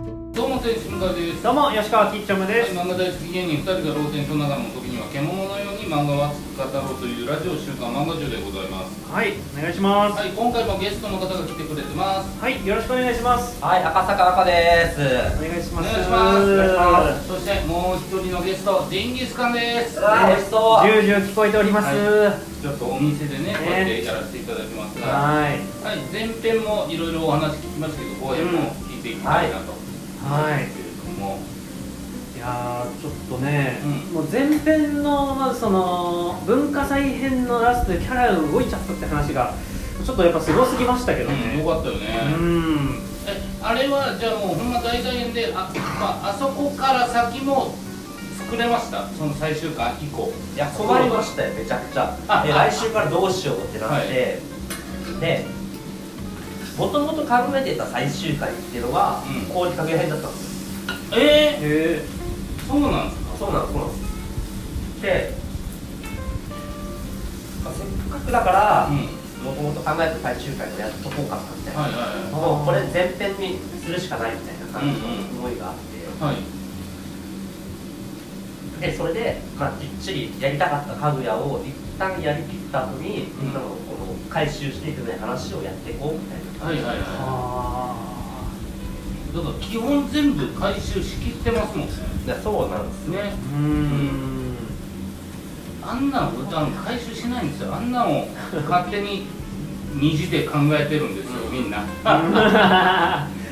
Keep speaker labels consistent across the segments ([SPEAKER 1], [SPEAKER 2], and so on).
[SPEAKER 1] 天使向井です
[SPEAKER 2] どうも吉川きっちょむです。
[SPEAKER 1] 漫画大好き芸人2人がローテンションながらも時には獣のように漫画を熱く語ろうというラジオ週刊漫画中でございます
[SPEAKER 2] はい、お願いします。
[SPEAKER 1] はい今回もゲストの方が来てくれてます
[SPEAKER 2] はい、よろしくお願いします。
[SPEAKER 3] はい、赤坂赤です。
[SPEAKER 2] お願いし
[SPEAKER 1] お
[SPEAKER 2] ます。
[SPEAKER 1] 願いします
[SPEAKER 2] お願いしま
[SPEAKER 1] そしてもう一人のゲストジンギスカンです
[SPEAKER 3] うわ、美味しそう。
[SPEAKER 2] す。重々聞こえております。
[SPEAKER 1] は
[SPEAKER 2] は
[SPEAKER 1] ちょっとお店でねこうやってやらせていただきます
[SPEAKER 2] い。
[SPEAKER 1] が、
[SPEAKER 2] はい。
[SPEAKER 1] はい、前編もいろいろお話聞きましたけど後編も聞いていきたいなと思うんですけれども、
[SPEAKER 2] いやー、ちょっとね、
[SPEAKER 1] うん
[SPEAKER 2] もう前編の、まずその文化祭編のラストでキャラが動いちゃったって話が。ちょっとやっぱすごすぎましたけど
[SPEAKER 1] うん、
[SPEAKER 2] ね。
[SPEAKER 1] よかったよね、
[SPEAKER 2] うん。
[SPEAKER 1] えあれはじゃあもうほんま大体であ,、まあ、あそこから先も作れましたその最終巻以降
[SPEAKER 3] いや、困りましたよ、めちゃくち
[SPEAKER 1] あ
[SPEAKER 3] ゃ。で、
[SPEAKER 1] あ
[SPEAKER 3] 来週からどうしようってなって。で。もともと考えてた最終回っていうのが、
[SPEAKER 1] うん
[SPEAKER 3] こういうかけ編だったんですよ。
[SPEAKER 1] え
[SPEAKER 2] え
[SPEAKER 1] ー、そうなんですか
[SPEAKER 3] そうなんです、そうなんです。で。まあせっかくだから
[SPEAKER 1] うん、
[SPEAKER 3] もともと考えた最終回をやっとこうかなみたいな。
[SPEAKER 1] はいはい
[SPEAKER 3] もうこれ前編にするしかないみたいな感じの思いがあって。
[SPEAKER 1] はいはい
[SPEAKER 3] でそれで、まあ、きっちりやりたかった家具屋を一旦やりきった後に、
[SPEAKER 1] うん
[SPEAKER 3] みんなのこの回収していくね話をやっていこうみたいな
[SPEAKER 1] はいはい
[SPEAKER 2] ー。
[SPEAKER 1] は
[SPEAKER 2] あ
[SPEAKER 1] いだから基本全部回収しきってますもんね
[SPEAKER 3] いやそうなんですよ
[SPEAKER 2] ー。
[SPEAKER 1] ね
[SPEAKER 2] うーん。
[SPEAKER 1] あんなん普段回収しないんですよあんなんを勝手に二次で考えてるんですよみんな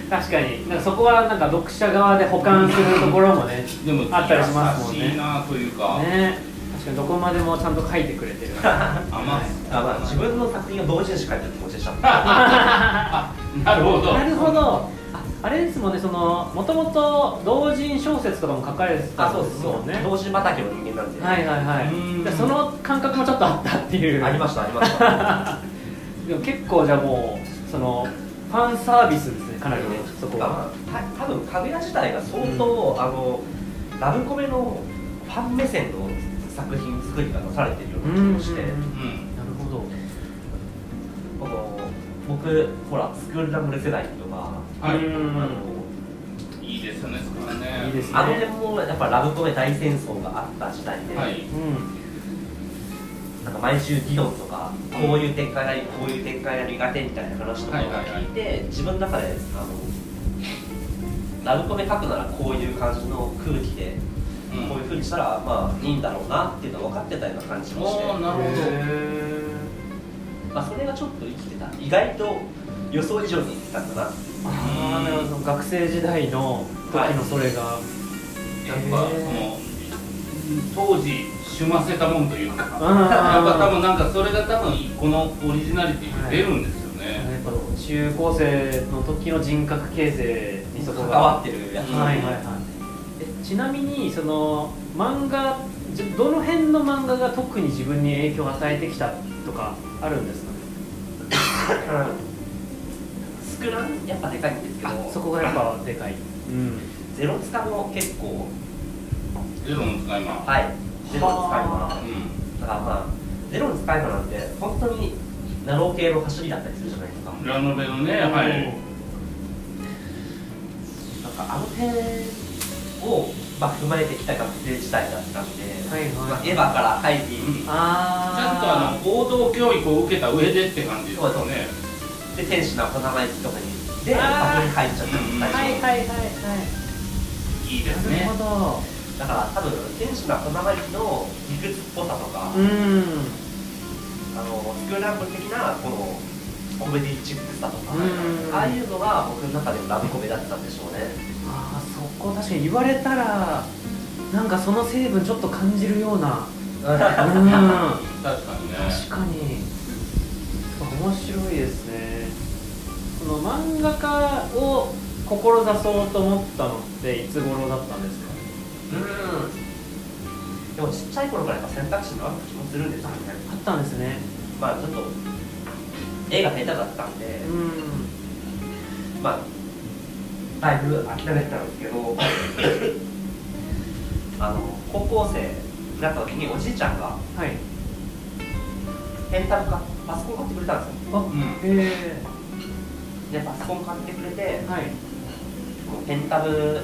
[SPEAKER 2] 確かに、なんかそこはなんか読者側で保管するところもね、
[SPEAKER 1] でも
[SPEAKER 2] あったりしますもんね
[SPEAKER 1] 優しいなというか、
[SPEAKER 2] ね、確かにどこまでもちゃんと書いてくれてる。
[SPEAKER 1] 甘
[SPEAKER 2] はい
[SPEAKER 3] あ、まあ、自分の作品を同時にしかやってる気持ちでした
[SPEAKER 1] あ なるほど
[SPEAKER 2] なるほど。ああれですもんね、そのもともと同人小説とかも書かれてた
[SPEAKER 3] あ
[SPEAKER 2] ん
[SPEAKER 3] そう
[SPEAKER 2] で
[SPEAKER 3] ですす
[SPEAKER 2] もんね。
[SPEAKER 3] 同時畑の人間なんで、
[SPEAKER 2] はいはいは
[SPEAKER 1] うー
[SPEAKER 2] い。
[SPEAKER 1] ん
[SPEAKER 2] でその感覚もちょっとあったっていう。
[SPEAKER 3] ありましたありました
[SPEAKER 2] でも結構じゃあもうそのファンサービスです ね、かなりね、そこは。
[SPEAKER 3] まあ、た多分かぐや自体が相当、あのラブコメのファン目線の作品作りがなされてるような気もして、
[SPEAKER 2] うんうんうん
[SPEAKER 1] うん
[SPEAKER 2] なるほど。
[SPEAKER 3] この僕ほらスクールラブル世代とか、
[SPEAKER 1] は
[SPEAKER 2] う
[SPEAKER 1] い、
[SPEAKER 2] ん
[SPEAKER 3] あの
[SPEAKER 1] いいですよね、そこはね。
[SPEAKER 2] いいですね
[SPEAKER 3] あの辺もやっぱラブコメ大戦争があった時代で、
[SPEAKER 1] はい。
[SPEAKER 2] うん。
[SPEAKER 3] なんか毎週議論とかこういう展開がいいこういう展開が苦手みたいな話とかを聞いて、自分の中であのラブコメ書くならこういう感じの空気で、
[SPEAKER 1] うん
[SPEAKER 3] こういうふうにしたらまあいいんだろうなっていうのは分かってたような感じもして
[SPEAKER 1] おー、なるほ
[SPEAKER 2] へ
[SPEAKER 3] まあ、それがちょっと生きてた意外と予想以上に生きてたんだな
[SPEAKER 2] ーあーなるほど。学生時代の時のそれ
[SPEAKER 1] ど。
[SPEAKER 2] が。
[SPEAKER 1] やっぱ、その。当時、しゅませたもんというか。やっぱ、多分、なんか、それが、多分、このオリジナリティが出るんですよね。
[SPEAKER 2] やっぱ中高生の時の人格形成にそこ
[SPEAKER 3] 関
[SPEAKER 2] が
[SPEAKER 3] わってるやつ、
[SPEAKER 1] うん
[SPEAKER 2] はいはいはいえちなみにその漫画じどの辺の漫画が特に自分に影響を与えてきたとかあるんですかね
[SPEAKER 3] スクランやっぱでかいんですけど
[SPEAKER 2] そこがやっぱでかい、うん、
[SPEAKER 3] ゼロツカも結構
[SPEAKER 1] ゼロの使い魔。
[SPEAKER 3] はいゼロの使い魔
[SPEAKER 1] うん。
[SPEAKER 3] だからまあゼロの使い魔なんて本当にナロー系の走りだったりするじゃないですかなんか
[SPEAKER 1] ラノベのね、はい。
[SPEAKER 3] あの辺を、まあ、踏まえてきた学生時代だったんで、
[SPEAKER 2] はいはい
[SPEAKER 3] まあ、エヴァから入り、
[SPEAKER 1] うんちゃんと、あ
[SPEAKER 2] あ
[SPEAKER 1] の、合同教育を受けた上でって感じですよね。
[SPEAKER 3] で天使の小生意気とかにで
[SPEAKER 2] あー
[SPEAKER 3] 作品入っちゃった
[SPEAKER 1] うん
[SPEAKER 3] ん
[SPEAKER 2] あはいはいはいはい
[SPEAKER 1] いいです
[SPEAKER 2] なる
[SPEAKER 1] ね。
[SPEAKER 2] ほ
[SPEAKER 3] だから多分天使の小生意気の理屈っぽさとか、
[SPEAKER 2] どうん
[SPEAKER 3] あのスクールランプ的なこのコメディチックさとか、
[SPEAKER 2] うん
[SPEAKER 3] ああいうのが僕の中でのラブコメだったんでしょうね
[SPEAKER 2] あーそこ確かに言われたらなんかその成分ちょっと感じるよう なうん
[SPEAKER 1] 確かにね。
[SPEAKER 2] 確かに面白いですねその漫画家を志そうと思ったのっていつ頃だったんですか
[SPEAKER 3] うんでもちっちゃい頃からやっぱ選択肢のある気もするんですよね
[SPEAKER 2] あったんですね
[SPEAKER 3] まあちょっと絵が下手だったんで
[SPEAKER 2] う、ん
[SPEAKER 3] まあだいぶ諦めてたんですけどあの高校生になった時におじいちゃんが
[SPEAKER 2] はい
[SPEAKER 3] ペンタブかパソコン買ってくれたんですよ
[SPEAKER 2] あ、
[SPEAKER 1] ん
[SPEAKER 2] へえ
[SPEAKER 3] でパソコン買ってくれて
[SPEAKER 2] はい
[SPEAKER 3] ペンタブ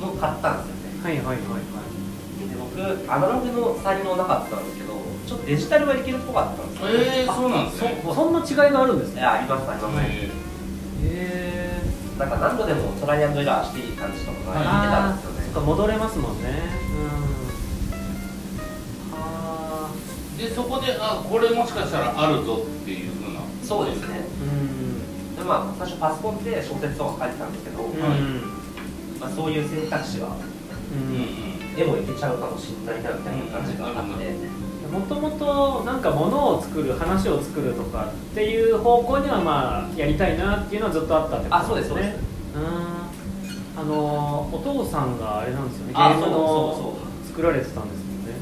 [SPEAKER 3] のを買ったんですよね
[SPEAKER 2] はいはいはいはい
[SPEAKER 3] で僕アナログの才能なかったんですけどちょっとデジタルはいけるっぽかったんですよ
[SPEAKER 1] えー、そうなんですね
[SPEAKER 2] そんな違いがあるんです
[SPEAKER 3] い
[SPEAKER 2] ね
[SPEAKER 3] やありますあります、
[SPEAKER 1] え
[SPEAKER 2] へえ
[SPEAKER 3] なんか何度でもトライアンドエラーしていい感じとかが
[SPEAKER 1] はい
[SPEAKER 3] 見てたんですよね
[SPEAKER 2] そっか戻れますもんねうんはあ
[SPEAKER 1] ーでそこであこれもしかしたらあるぞっていうふうな
[SPEAKER 3] そうですね
[SPEAKER 2] うん
[SPEAKER 3] でまあ最初パソコンで小説とか書いてたんですけど、
[SPEAKER 2] うん
[SPEAKER 1] はい
[SPEAKER 3] まあ、そういう選択肢は
[SPEAKER 2] う
[SPEAKER 1] うんうん
[SPEAKER 2] ん
[SPEAKER 3] でもいけちゃうかもしれないなみたいな感じがあって、
[SPEAKER 2] もともとなんか物を作る話を作るとかっていう方向にはまあやりたいなっていうのはずっとあったってこと
[SPEAKER 3] あそうですそうです
[SPEAKER 2] うんあのお父さんがあれなんですよねゲ
[SPEAKER 3] あ
[SPEAKER 2] ーム
[SPEAKER 3] そうそう
[SPEAKER 2] の
[SPEAKER 3] そう
[SPEAKER 2] 作られてたんですもんね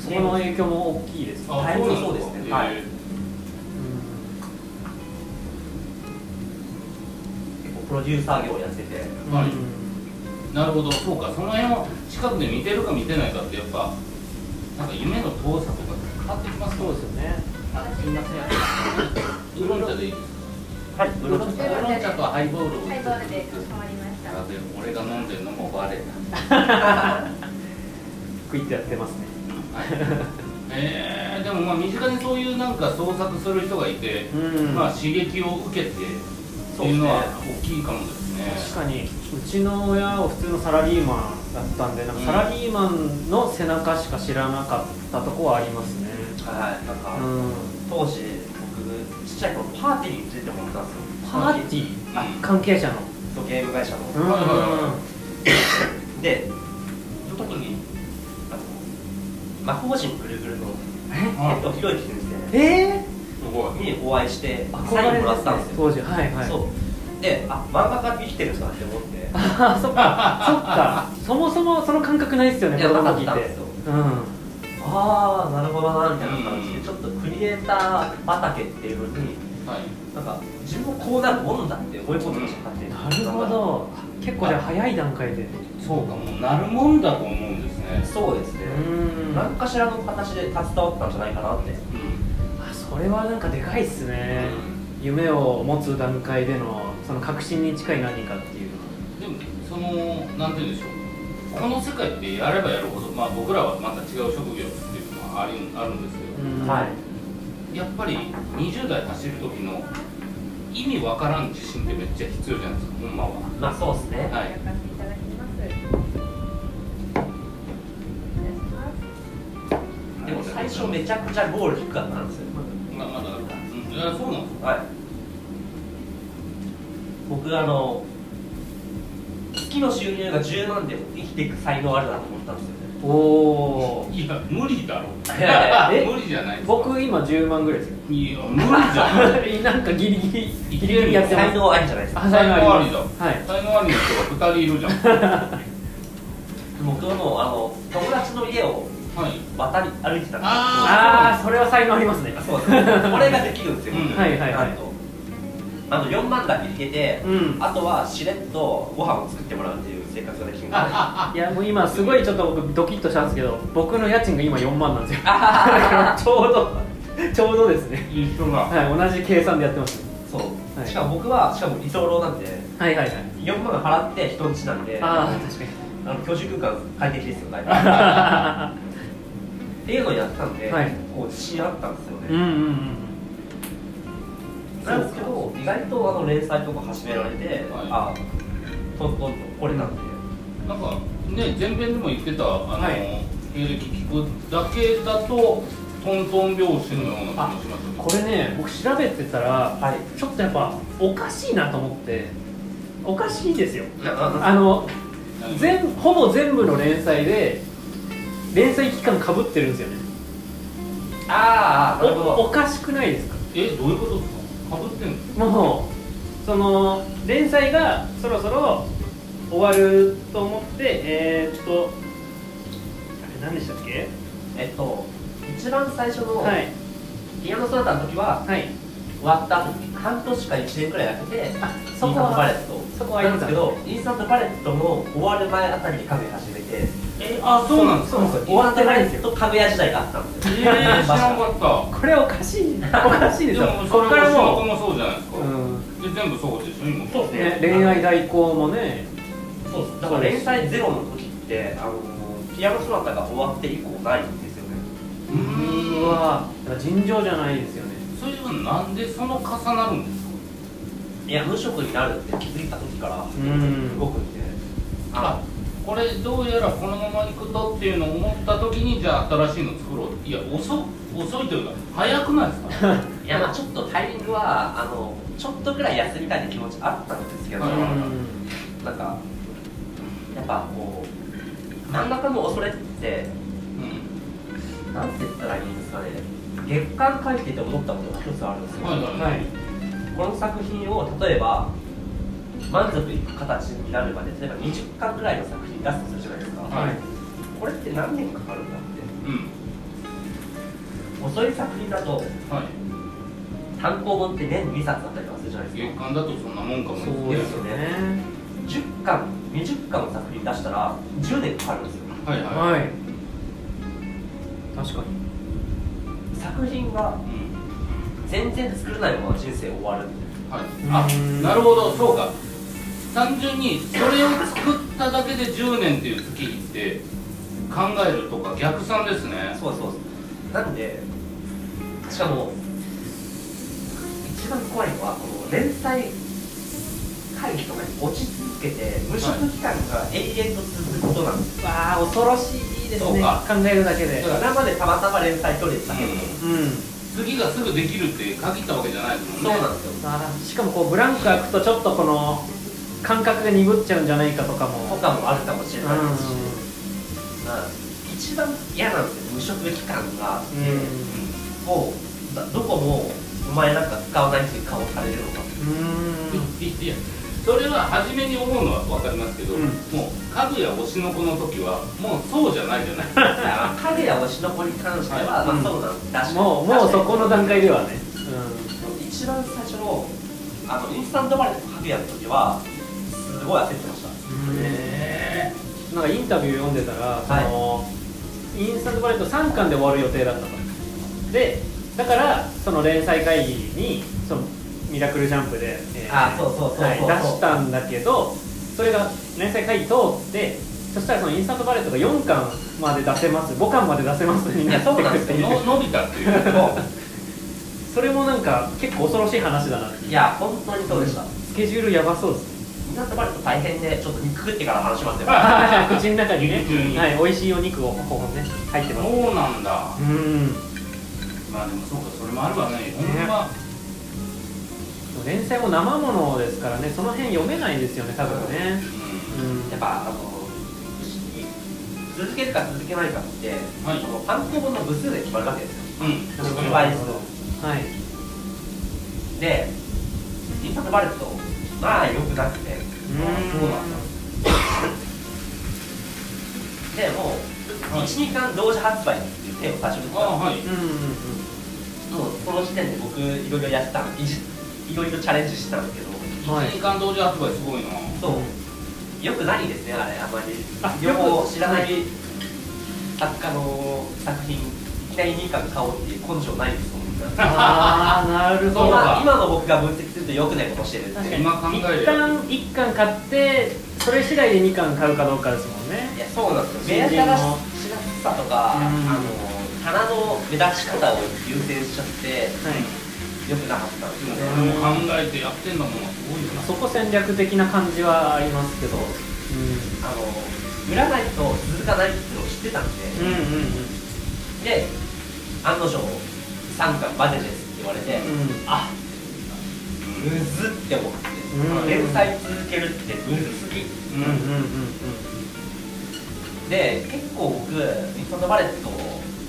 [SPEAKER 2] そこの影響も大きいですね
[SPEAKER 1] あ
[SPEAKER 3] だいぶそうですね
[SPEAKER 1] なん
[SPEAKER 3] はい
[SPEAKER 2] うん
[SPEAKER 3] 結構プロデューサー業をやってて
[SPEAKER 1] はい
[SPEAKER 2] うん
[SPEAKER 1] なるほどそうかその辺を近くで見てるか見てないかってやっぱなんか夢の遠さとか変わってきます
[SPEAKER 2] そうですよね
[SPEAKER 1] あすいませんウーロン茶でいいですか
[SPEAKER 3] はい
[SPEAKER 1] ウーロン
[SPEAKER 4] 茶
[SPEAKER 1] 茶ウーロン茶とハイボールを
[SPEAKER 4] ハイボールでかしこまりました。
[SPEAKER 1] あでも俺が飲んでるのもバレた
[SPEAKER 2] クイッてやってますね
[SPEAKER 1] はいえー、でもまあ身近にそういうなんか創作する人がいて、
[SPEAKER 2] うん
[SPEAKER 1] まあ刺激を受けてっていうのは大きいかもですね
[SPEAKER 2] 確かにうちの親は普通のサラリーマンだったんでなんかサラリーマンの背中しか知らなかったとこはありますね
[SPEAKER 3] はいなんか、
[SPEAKER 2] うん
[SPEAKER 3] 当時僕ちっちゃい頃パーティーに連れてもらったんですよ
[SPEAKER 2] パーティー
[SPEAKER 1] うん
[SPEAKER 2] あ関係者の
[SPEAKER 3] そうゲーム会社の、
[SPEAKER 2] うん
[SPEAKER 1] はいは
[SPEAKER 3] でその時にあの魔法陣ぐるぐるの
[SPEAKER 1] はい
[SPEAKER 3] えっとひろゆき先生
[SPEAKER 2] え
[SPEAKER 1] すごい
[SPEAKER 3] にお会いして
[SPEAKER 2] ー、
[SPEAKER 3] サインもらったんですよ
[SPEAKER 2] 当時はいはい
[SPEAKER 3] そうであ漫画家って生きてる人だって思って
[SPEAKER 2] あーそっかそっかそもそもその感覚ないですよね
[SPEAKER 3] いや
[SPEAKER 2] 子供の時っ
[SPEAKER 3] なかったん
[SPEAKER 2] て
[SPEAKER 3] ですよ
[SPEAKER 2] うん
[SPEAKER 3] ああなるほどなみたいな感じでちょっとクリエイター畑っていうのに
[SPEAKER 1] はい
[SPEAKER 3] なんか自分もこうなるもんだって思い込んでました勝手に
[SPEAKER 2] なるほど結構じゃあ早い段階で
[SPEAKER 1] そうかもうなるもんだと思うんですね
[SPEAKER 3] そうですね
[SPEAKER 2] うん
[SPEAKER 3] 何かしらの形で携わったんじゃないかなって
[SPEAKER 1] うん
[SPEAKER 2] あそれはなんかでかいっすね、夢を持つ段階でのその確信に近い何かっていうの
[SPEAKER 1] でもそのなんて言うんでしょうこの世界ってやればやるほど、まあ、僕らはまた違う職業っていうのはありあるんですけど、
[SPEAKER 3] はい
[SPEAKER 1] やっぱり20代走る時の意味わからん自信ってめっちゃ必要じゃないですかほんまは
[SPEAKER 3] まあそうですね
[SPEAKER 1] はい
[SPEAKER 4] 焼かせていただきます。
[SPEAKER 3] でも最初めちゃくちゃゴール低かったんですよ
[SPEAKER 1] まあまだあるかうんいやそうなんです
[SPEAKER 3] はい僕あの月の収入が10万でも生きていく才能あるなと思ったんですよね
[SPEAKER 2] おお
[SPEAKER 1] いや 無理だろ
[SPEAKER 3] いやいや
[SPEAKER 2] え
[SPEAKER 1] 無理じゃないです か
[SPEAKER 2] 僕今10万ぐらいです よ
[SPEAKER 1] いや無理じゃん
[SPEAKER 2] なんかギリギリ
[SPEAKER 1] い
[SPEAKER 2] ギリギリやってま
[SPEAKER 3] 才
[SPEAKER 2] す
[SPEAKER 3] 能ありじゃないですか
[SPEAKER 2] あ才能あり
[SPEAKER 1] 才能あ
[SPEAKER 2] ま
[SPEAKER 1] り
[SPEAKER 2] すはい
[SPEAKER 1] 才能ありの人が2人いるじゃんは
[SPEAKER 3] 僕はもうあの友達の家を
[SPEAKER 1] い
[SPEAKER 3] 渡り歩いてたんです
[SPEAKER 2] ああそれは才能ありますね
[SPEAKER 3] そうですこれができるんですよ、
[SPEAKER 1] うん
[SPEAKER 2] はいはいはい
[SPEAKER 3] なんとあの4万だけ入れて、
[SPEAKER 2] うん
[SPEAKER 3] あとはしれっとご飯を作ってもらうっていう生活ができるんであ
[SPEAKER 2] いやもう今すごいちょっと僕ドキッとしたんですけど僕の家賃が今4万なんですよだから ちょうどちょうどですね
[SPEAKER 1] 一緒だ
[SPEAKER 2] はい同じ計算でやってます
[SPEAKER 3] そう、
[SPEAKER 2] はい
[SPEAKER 3] しかも僕はしかも理想論なんで
[SPEAKER 2] はいはいはい
[SPEAKER 3] 4万払って人んちなんで
[SPEAKER 2] ああ確かに
[SPEAKER 3] あの居住空間快適ですよ 大体
[SPEAKER 2] は
[SPEAKER 3] っていうのをやってたんで、
[SPEAKER 2] はい
[SPEAKER 3] こう自信あったんですよ
[SPEAKER 2] いうんう
[SPEAKER 3] ね、
[SPEAKER 2] んうんうん
[SPEAKER 3] なんですけど意外とあの連載とか始められて、
[SPEAKER 1] はい
[SPEAKER 3] ああとんとんと来れたんで、
[SPEAKER 1] なんかね前編でも言ってたあの、
[SPEAKER 2] はい
[SPEAKER 1] 経歴聞くだけだとトントン拍子のような感じしますよね
[SPEAKER 2] これね僕調べてたら
[SPEAKER 3] はい
[SPEAKER 2] ちょっとやっぱおかしいなと思っておかしいですよ
[SPEAKER 3] いやあの
[SPEAKER 2] あの
[SPEAKER 1] 何
[SPEAKER 2] 全ほぼ全部の連載で連載期間かぶってるんですよね
[SPEAKER 3] ああなるほど
[SPEAKER 2] おおかしくないですか
[SPEAKER 1] えどういうことですかかぶってんの
[SPEAKER 2] もうその連載がそろそろ終わると思ってえー、っとあれ何でしたっけ
[SPEAKER 3] えっと一番最初の
[SPEAKER 2] はい
[SPEAKER 3] ピアノソナタの時は
[SPEAKER 2] はい
[SPEAKER 3] 終わった後に半年か1年くらい空けてインスタ
[SPEAKER 2] あそ
[SPEAKER 3] ン
[SPEAKER 2] こ
[SPEAKER 3] トパレ
[SPEAKER 2] は
[SPEAKER 3] ット
[SPEAKER 2] そこは
[SPEAKER 3] な
[SPEAKER 2] あり
[SPEAKER 3] んです
[SPEAKER 2] だ
[SPEAKER 3] けどインスタントパレットの終わる前あたりに家具屋始めて
[SPEAKER 1] えあそうなんですか
[SPEAKER 2] そうそう
[SPEAKER 3] 終わってないんですよ家具屋時代があったんです
[SPEAKER 1] え
[SPEAKER 3] よ
[SPEAKER 1] ー、知らんかった
[SPEAKER 2] これおかし いおかしいで
[SPEAKER 1] です
[SPEAKER 2] よ
[SPEAKER 1] もそ
[SPEAKER 2] こ
[SPEAKER 1] れ
[SPEAKER 2] っから
[SPEAKER 1] も仕事
[SPEAKER 2] も
[SPEAKER 1] もそうじゃないですか
[SPEAKER 2] う、ん
[SPEAKER 1] で全部そうでしょ今
[SPEAKER 3] そうで
[SPEAKER 2] ね、
[SPEAKER 3] す
[SPEAKER 2] 恋愛代行もね
[SPEAKER 1] う
[SPEAKER 3] そうですだから連載ゼロの時ってあのピアノ・ソナタが終わって以降ないんですよね
[SPEAKER 1] うーん
[SPEAKER 2] うわだから尋常じゃないですよね
[SPEAKER 1] それはなんでその重なるんですか
[SPEAKER 3] いや無職になるって気づいた時から
[SPEAKER 2] ん
[SPEAKER 3] 僕にね
[SPEAKER 1] あこれどうやらこのまま行くとっていうのを思った時にじゃあ新しいの作ろういや遅遅いというか早くないです か
[SPEAKER 3] いやまあちょっとタイミングはあのちょっとぐらい休みたいって気持ちあったんですけど、
[SPEAKER 1] う
[SPEAKER 2] うん
[SPEAKER 3] なんかやっぱこう真ん中の恐れって
[SPEAKER 1] うん
[SPEAKER 3] なんて言ったらいいんですかね月刊書いてて思ったことが一つあるんですよ、
[SPEAKER 1] はいはい
[SPEAKER 2] んはい
[SPEAKER 3] この作品を例えば満足いく形になるまで例えば20巻ぐらいの作品出すとするじゃないですか、
[SPEAKER 1] はい
[SPEAKER 3] これって何年かかるんだって
[SPEAKER 1] うん
[SPEAKER 3] 遅い作品だと
[SPEAKER 1] はい
[SPEAKER 3] 単行本って年2冊だったりとかするじゃないです
[SPEAKER 1] 月
[SPEAKER 3] か
[SPEAKER 1] 間だとそんなもんかも
[SPEAKER 2] そう
[SPEAKER 1] ね
[SPEAKER 2] ですよね
[SPEAKER 3] 10巻20巻の作品出したら10年かかるんですよ
[SPEAKER 1] はいはい、
[SPEAKER 2] はい確かに
[SPEAKER 3] 作品が
[SPEAKER 1] うん
[SPEAKER 3] 全然作れないまま人生終わるんで
[SPEAKER 1] はい、
[SPEAKER 2] う
[SPEAKER 1] あ
[SPEAKER 2] ん
[SPEAKER 1] なるほどそうか単純にそれを作っただけで10年っていう月日って考えるとか逆算ですね
[SPEAKER 3] そうそうそうなんでしかも一番怖いのはこの連載会議とかに落ち続けて無職期間が永遠と続くことなんです、
[SPEAKER 2] わあ恐ろしいです
[SPEAKER 1] ね
[SPEAKER 2] 考えるだけで
[SPEAKER 1] はい
[SPEAKER 3] 今までたまたま連載取れてたけど、
[SPEAKER 1] う
[SPEAKER 2] うん
[SPEAKER 1] 次がすぐできるって限ったわけじゃないですもんね
[SPEAKER 3] そうなんですよ
[SPEAKER 2] あーしかもこうブランク開くとちょっとこの感覚が鈍っちゃうんじゃないかとか
[SPEAKER 3] と
[SPEAKER 2] も
[SPEAKER 3] かもあるかもし
[SPEAKER 2] う
[SPEAKER 3] れ
[SPEAKER 2] ん
[SPEAKER 3] ないですし、まあ一番嫌なんですよ無職期間があって、もうだどこもお前なんか使わないっていう顔されるのが
[SPEAKER 2] うんうん
[SPEAKER 1] いやいやそれは初めに思うのは分かりますけど、
[SPEAKER 2] うん
[SPEAKER 1] もう家具や推しの子の時はもうそうじゃないじゃないですか
[SPEAKER 3] 影や推しの子に関しては、
[SPEAKER 2] うん
[SPEAKER 3] まあそうなんだし
[SPEAKER 2] もうもうそこの段階ではね
[SPEAKER 3] 一番最初のあのインスタントバレーの影やの時はすごい焦ってました
[SPEAKER 2] うんなんかインタビュー読んでたら、そのインスタントバレット3巻で終わる予定だったとでだからその連載会議にそのミラクルジャンプで、え
[SPEAKER 3] あそうそうそうそう
[SPEAKER 2] はい出したんだけどそれが連載会議通ってそしたらそのインスタントバレットが4巻まで出せます5巻まで出せますになってくってい
[SPEAKER 1] の
[SPEAKER 2] う
[SPEAKER 1] 伸びたっていう
[SPEAKER 2] それもなんか結構恐ろしい話だなって
[SPEAKER 3] いや本当にそうでした、
[SPEAKER 2] スケジュールやばそう ですね
[SPEAKER 3] インスタントバレー大変でちょっと肉食ってから話しますよ
[SPEAKER 2] 口の中にね
[SPEAKER 1] 肉に、
[SPEAKER 2] はい、美味しいお肉をここね入ってます
[SPEAKER 1] そうなんだ
[SPEAKER 2] うん
[SPEAKER 1] まあでもそうかそれもあるわねほんま
[SPEAKER 2] 連載も生ものですからねその辺読めないですよね多分ね
[SPEAKER 1] う
[SPEAKER 2] うん
[SPEAKER 3] やっぱあの続けるか続けないかって、
[SPEAKER 1] はい
[SPEAKER 3] この単行本の部数で決まるわけですよ
[SPEAKER 1] んうん
[SPEAKER 3] 10倍数
[SPEAKER 2] はい
[SPEAKER 3] でインスタントバレットまあ良くなくて
[SPEAKER 1] そうなんだ
[SPEAKER 3] でもう
[SPEAKER 1] はい
[SPEAKER 3] 12巻同時発売っていう手を最初に打ったん
[SPEAKER 1] あ
[SPEAKER 3] ですよ
[SPEAKER 1] はい
[SPEAKER 2] うん
[SPEAKER 3] もうこの時点で僕いろいろやってたんいじいろいろチャレンジしてたんですけど
[SPEAKER 2] うんうんはい
[SPEAKER 1] 新刊同時発売すごいな
[SPEAKER 3] そうよくないですねあれあんまり
[SPEAKER 2] あ
[SPEAKER 3] 両
[SPEAKER 2] よ
[SPEAKER 3] 方
[SPEAKER 2] く
[SPEAKER 3] 知らない作家の作品いきなり2巻買おうっていう根性ないですもんね
[SPEAKER 2] ああなるほ
[SPEAKER 1] そう
[SPEAKER 2] ど
[SPEAKER 1] か
[SPEAKER 3] 今今の僕が分析するとよくないことしてるって
[SPEAKER 2] 確か
[SPEAKER 3] い
[SPEAKER 2] に
[SPEAKER 1] 今考え
[SPEAKER 2] 一
[SPEAKER 1] るよ
[SPEAKER 2] 旦1巻買ってそれ次第で2巻買うかどうかですもんね
[SPEAKER 3] やそうなんですよ目
[SPEAKER 2] 新
[SPEAKER 3] 立
[SPEAKER 2] 人
[SPEAKER 3] た
[SPEAKER 2] の
[SPEAKER 3] しらしさとかあ
[SPEAKER 2] うん
[SPEAKER 3] の棚の目立ち方を優先しちゃって
[SPEAKER 2] はい
[SPEAKER 3] よくなかったんですよ
[SPEAKER 1] で
[SPEAKER 3] ね
[SPEAKER 1] も考えてやってんだもんすごいよな
[SPEAKER 2] そこ戦略的な感じはありますけど
[SPEAKER 3] そ
[SPEAKER 2] う
[SPEAKER 3] うあの売らないと続かないっていうのを知ってたんで、
[SPEAKER 2] んうんうん
[SPEAKER 3] で案の定3巻までですって言われて、
[SPEAKER 2] うん
[SPEAKER 3] あむ
[SPEAKER 1] う
[SPEAKER 3] ずって思って、
[SPEAKER 2] うん
[SPEAKER 3] 連載続けるってむずすぎ
[SPEAKER 1] ん
[SPEAKER 2] うんうんうん
[SPEAKER 3] で結構僕ミッドナバレット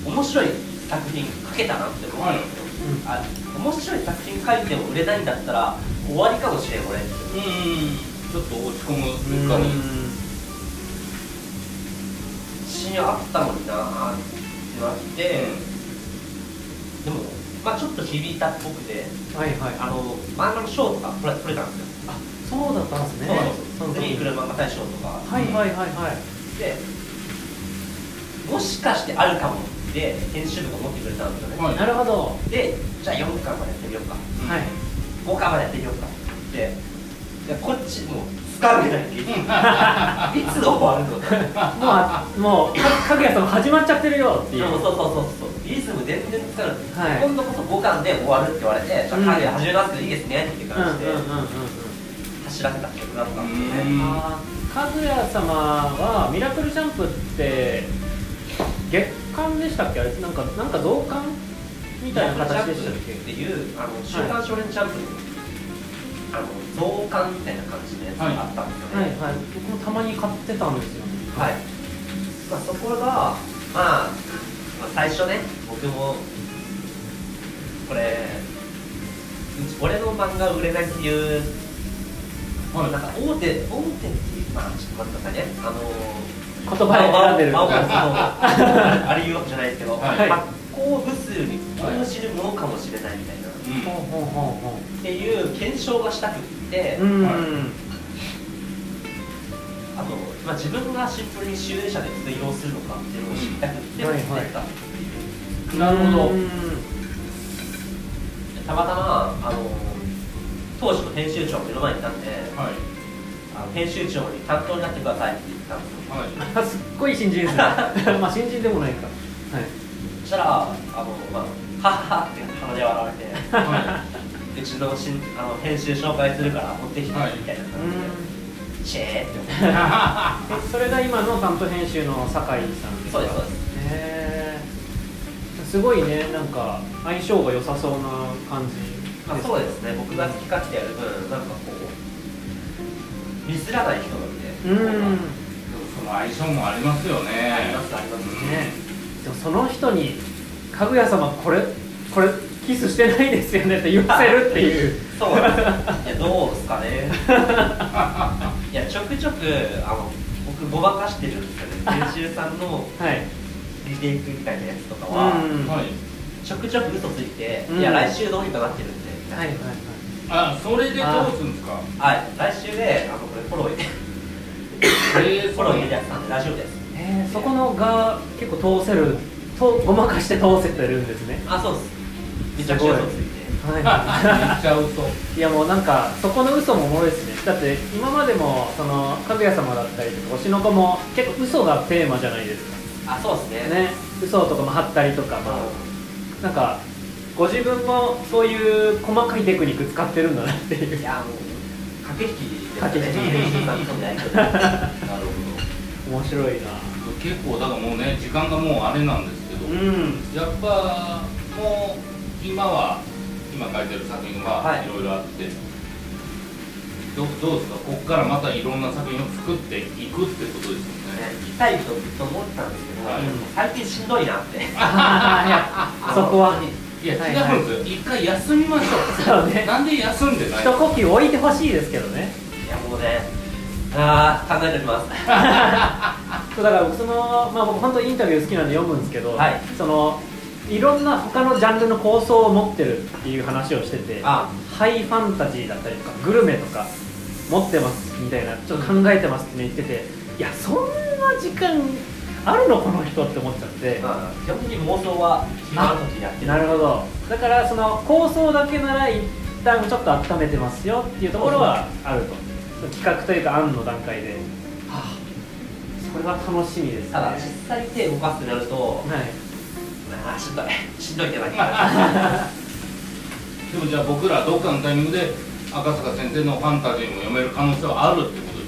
[SPEAKER 3] 面白い作品書けたなって思ったんですよ、あ面白い作品書いても売れないんだったら終わりかもしれん俺って
[SPEAKER 1] うんちょっと落ち込
[SPEAKER 2] うん
[SPEAKER 1] む
[SPEAKER 2] う
[SPEAKER 1] か
[SPEAKER 2] ん
[SPEAKER 1] も
[SPEAKER 3] 自信あったのになーってなって、でもまあちょっと響いたっぽくて
[SPEAKER 2] はいはい
[SPEAKER 3] あの漫画の賞とか取れ取れたんですよ
[SPEAKER 2] あそうだったんですね
[SPEAKER 3] そうなんです
[SPEAKER 2] そ
[SPEAKER 3] よ
[SPEAKER 2] の時
[SPEAKER 3] 次に来る漫画大賞とか
[SPEAKER 2] はいはいはいはい
[SPEAKER 3] でもしかしてあるかもって編集部が思ってくれたんですよね、
[SPEAKER 1] はい
[SPEAKER 2] なるほど。
[SPEAKER 3] でじゃあ4巻までやってみようか
[SPEAKER 1] うん
[SPEAKER 2] はい。
[SPEAKER 3] 5巻までやってみようかってでこっちもう掴めない いつ終わるのか
[SPEAKER 2] もうあもうかかぐや様始まっちゃってるよっていう
[SPEAKER 3] そうそうそうそうリズム全然つかなくて、
[SPEAKER 2] はい
[SPEAKER 3] 今度こそ5巻で終わるって言われて、じゃあ
[SPEAKER 2] うん
[SPEAKER 3] 影で始めますけどいいですねっていう
[SPEAKER 2] うんうんうん
[SPEAKER 3] 感じで、
[SPEAKER 2] うんうん
[SPEAKER 3] 走らせた曲だったんです
[SPEAKER 1] うん
[SPEAKER 3] ね
[SPEAKER 2] あーかぐや様はミラクルジャンプって月間でしたっけあれなんかなんか増刊みたいな形でしたっ
[SPEAKER 3] ジャンプって
[SPEAKER 2] け
[SPEAKER 3] いうあの週刊少年ジャンプの、あの増刊みたいな感じのやつがあったんですよね、
[SPEAKER 2] はいはい僕もたまに買ってたんですよ
[SPEAKER 3] はい、まあ、そこが、まあ、まあ最初ね僕もこれうち俺の漫画売れないってい う、
[SPEAKER 1] はい
[SPEAKER 3] なんか大手大手っていうまあちょっと待ってくださいねあの
[SPEAKER 2] 言葉を選んでる
[SPEAKER 3] 青葉青葉そうあれ言うわけじゃないですけど、
[SPEAKER 1] はい
[SPEAKER 3] 発行部数に応じるものかもしれないみたいな、
[SPEAKER 1] う
[SPEAKER 2] ほうんほうほうほ
[SPEAKER 3] っていう検証がしたくって、
[SPEAKER 2] ううん
[SPEAKER 1] はい
[SPEAKER 3] あと、まあ、自分がシンプルに集英社で通用するのかっていうのを知りたくて
[SPEAKER 2] うん
[SPEAKER 3] 持ってった、
[SPEAKER 1] なるほど
[SPEAKER 2] うん
[SPEAKER 3] たまたまあの当時の編集長が目の前にいたんで
[SPEAKER 1] はい
[SPEAKER 3] あの編集長に担当になってくださいって言ったんですよ
[SPEAKER 1] はい
[SPEAKER 2] あすっごい新人ですねまあ新人でもないかはい
[SPEAKER 3] そしたらあの、まあ、はっはっって鼻で笑われ
[SPEAKER 1] は
[SPEAKER 3] てうちのしんあの編集紹介するから持ってきてみ
[SPEAKER 1] はい
[SPEAKER 3] たいな感じで、チェーって思って
[SPEAKER 2] えそれが今の担当編集の酒井さんですか
[SPEAKER 3] そうですそうです
[SPEAKER 2] へえすごいねなんか相性が良さそうな感じ
[SPEAKER 3] まあ、そうですね僕が好き勝手やる分なんかこうミスらない人がいて
[SPEAKER 2] うん
[SPEAKER 1] その相性もありますよね
[SPEAKER 3] ありますあります
[SPEAKER 2] ねでもその人に「かぐや様これこれキスしてないですよね」って言わせるっていう
[SPEAKER 3] そうなんですい やどうですかねいやちょくちょくあの僕ごまかしてるんですよね編集さんの
[SPEAKER 2] はい
[SPEAKER 3] リテイクみたいなやつとかは、
[SPEAKER 2] うん
[SPEAKER 1] はい
[SPEAKER 3] ちょくちょく嘘ついて、
[SPEAKER 2] うん
[SPEAKER 3] いや来週どうにかなってるんでみた
[SPEAKER 2] はい
[SPEAKER 3] い
[SPEAKER 2] はい
[SPEAKER 3] な
[SPEAKER 1] あそれで通すんですか
[SPEAKER 3] はい、来週であのこれフォロー入れ
[SPEAKER 1] えー
[SPEAKER 3] フォロー入れるやつなんで大丈夫です
[SPEAKER 2] えーそこのが結構通せるとごまかして通せてるんですね
[SPEAKER 3] あそうですめちゃくちゃ嘘ついて
[SPEAKER 1] め
[SPEAKER 2] は
[SPEAKER 1] っちゃ嘘
[SPEAKER 2] いいやもうなんかそこの嘘もおもろいですねだって今までもそのかぐや様だったりとか推しの子も結構嘘がテーマじゃないですか
[SPEAKER 3] あそうですね
[SPEAKER 2] ね嘘とかも貼ったりとか
[SPEAKER 3] まあ
[SPEAKER 2] もなんかご自分もそういう細かいテクニック使ってるんだなっていう
[SPEAKER 3] いやもう駆け引きですね
[SPEAKER 2] 駆け引き
[SPEAKER 3] 編集さんとのやり取りなるほ
[SPEAKER 2] 面白いな
[SPEAKER 1] 結構だからもうね時間がもうあれなんですけど、
[SPEAKER 2] うん
[SPEAKER 1] やっぱもう今は今書いてる作品は
[SPEAKER 3] はい
[SPEAKER 1] いろいろあって、どどうですかここからまたいろんな作品を作っていくってことですよ
[SPEAKER 3] どね
[SPEAKER 1] ね
[SPEAKER 3] 行きたいとずっと思ってたんですけど、
[SPEAKER 1] はい
[SPEAKER 3] 最近しんどいなって
[SPEAKER 2] あーいやそこは
[SPEAKER 1] いうや
[SPEAKER 2] んはい
[SPEAKER 1] 違うんですよ、一回休みましょう
[SPEAKER 2] そうね
[SPEAKER 1] なんで休んでない
[SPEAKER 2] 一呼吸置いてほしいですけどね
[SPEAKER 3] いやもうねあー考えておきます
[SPEAKER 2] そうだから僕その、まあ、僕本当インタビュー好きなんで読むんですけど、
[SPEAKER 3] はい
[SPEAKER 2] そのいろんな他のジャンルの構想を持ってるっていう話をしてて
[SPEAKER 3] あ
[SPEAKER 2] ハイファンタジーだったりとかグルメとか持ってますみたいなちょっと考えてますって、ね、言ってていやそんな時間あるのこの人って思っちゃって
[SPEAKER 3] まあ基本的に妄想は暇の時やって
[SPEAKER 2] なるほどだからその構想だけなら一旦ちょっと温めてますよっていうところはあるとその企画というか案の段階ではあそれは楽しみですね
[SPEAKER 3] ただ 実際手動かすってなると
[SPEAKER 2] はい
[SPEAKER 3] あーしんどいしんどいってなって
[SPEAKER 1] でもじゃあ僕らどっかのタイミングで赤坂先生のファンタジーも読める可能性はあるってことで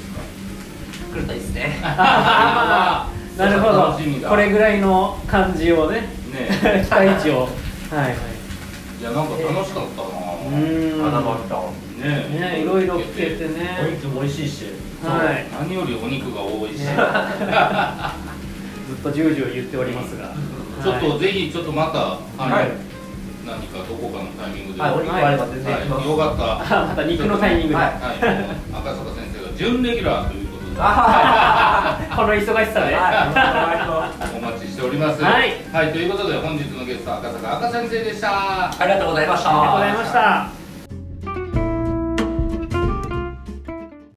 [SPEAKER 1] すか
[SPEAKER 3] 来るといいですね
[SPEAKER 2] あーなるほ
[SPEAKER 1] 楽しみ
[SPEAKER 2] ど
[SPEAKER 1] だ
[SPEAKER 2] これぐらいの感じをね 期
[SPEAKER 1] ねえ
[SPEAKER 2] 待値をはいはい
[SPEAKER 1] いやなんか楽しかったな
[SPEAKER 2] う
[SPEAKER 1] ね
[SPEAKER 2] ーん
[SPEAKER 3] 穴もあったお
[SPEAKER 1] え
[SPEAKER 2] ねいろいろ聞けてね
[SPEAKER 3] 肉も美味しいし
[SPEAKER 2] はい
[SPEAKER 1] そう何よりお肉が多いし、
[SPEAKER 2] ねずっとジュージュー言っておりますが
[SPEAKER 1] ちょっとぜひちょっとまた、あの
[SPEAKER 2] はい
[SPEAKER 1] 何かどこかのタイミングで、
[SPEAKER 3] はいお肉あれば全然行きます、
[SPEAKER 1] はいよかった
[SPEAKER 2] あまた肉のタイミングで、
[SPEAKER 3] は
[SPEAKER 1] はい、もう赤坂先生が準レギュラーということで
[SPEAKER 3] あ
[SPEAKER 2] この忙しさで、
[SPEAKER 3] ーはい
[SPEAKER 1] お待ちしております
[SPEAKER 2] はい、
[SPEAKER 1] ということで本日のゲスト赤坂赤先生でした
[SPEAKER 3] ありがとうございました
[SPEAKER 2] ありがとうございました